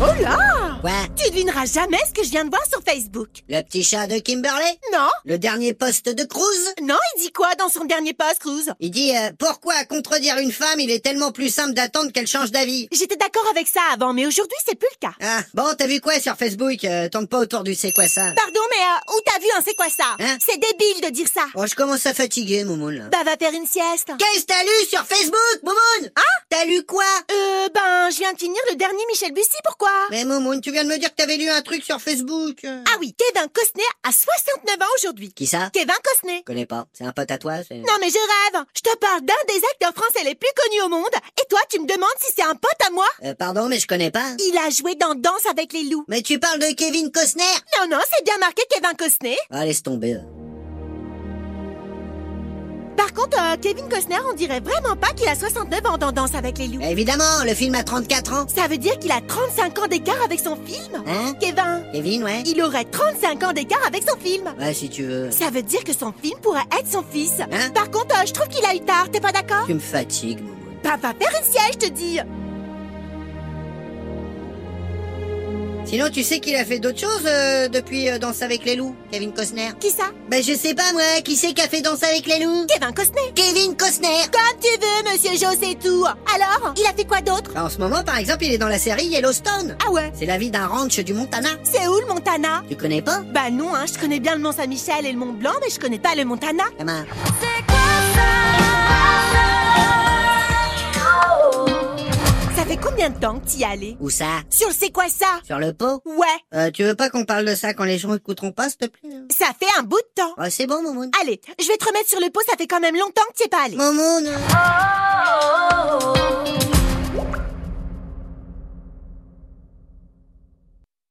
Oh devineras jamais ce que je viens de voir sur Facebook. Le petit chat de Kimberley Non Le dernier poste de Cruz Non, il dit quoi dans son dernier post, Cruz Il dit euh, Pourquoi contredire une femme Il est tellement plus simple d'attendre qu'elle change d'avis. J'étais d'accord avec ça avant, mais aujourd'hui, c'est plus le cas. Ah, bon, t'as vu quoi sur Facebook Euh, Tourne pas autour du c'est quoi ça Pardon, mais euh, où t'as vu un c'est quoi ça Hein C'est débile de dire ça. Oh, je commence à fatiguer, Moumoun, là. Bah, va faire une sieste. Qu'est-ce que t'as lu sur Facebook, Moumoun Hein T'as lu quoi Euh, ben, je viens de finir le dernier Michel Bussy, pourquoi Mais Moumoun, tu viens de me dire que t'avais lu un truc sur Facebook. euh. Ah oui, Kevin Costner a 69 ans aujourd'hui. Qui ça Kevin Costner. Je connais pas. C'est un pote à toi c'est- Non mais je rêve Je te parle d'un des acteurs français les plus connus au monde, et toi tu me demandes si c'est un pote à moi Euh, pardon, mais je connais pas. Il a joué dans Danse avec les loups. Mais tu parles de Kevin Costner Non, non, c'est bien marqué Kevin Costner. Ah, laisse tomber. là. Par contre, euh, Kevin Costner, on dirait vraiment pas qu'il a 69 ans dans Danse avec les loups. Évidemment, le film a 34 ans. Ça veut dire qu'il a 35 ans d'écart avec son film Hein Kevin, Kevin, ouais il aurait 35 ans d'écart avec son film. Ouais, si tu veux. Ça veut dire que son film pourrait être son fils. Hein Par contre, euh, je trouve qu'il a eu tard, t'es pas d'accord Tu me fatigues, Moumoun. Bah, va faire une siège, je te dis Sinon, tu sais qu'il a fait d'autres choses euh, depuis euh, Danse avec les loups, Kevin Costner Qui ça Ben, je sais pas, moi, qui c'est qui a fait Danse avec les loups Kevin Costner Kevin Costner Comme tu veux, monsieur José Tour Alors, il a fait quoi d'autre Ben, En ce moment, par exemple, il est dans la série Yellowstone. Ah ouais C'est la vie d'un ranch du Montana. C'est où le Montana Tu connais pas Bah non, hein, je connais bien le Mont-Saint-Michel et le Mont-Blanc, mais je connais pas le Montana. Ça marche. Ça fait combien de temps que t'y es allé Où ça Sur le c'est quoi ça Sur le pot Ouais, euh, Tu veux pas qu'on parle de ça quand les gens écouteront pas, s'il te plaît ça fait un bout de temps. Oh, c'est bon, Moumoun. Allez, je vais te remettre sur le pot, ça fait quand même longtemps que t'y es pas allé. Moumoun euh.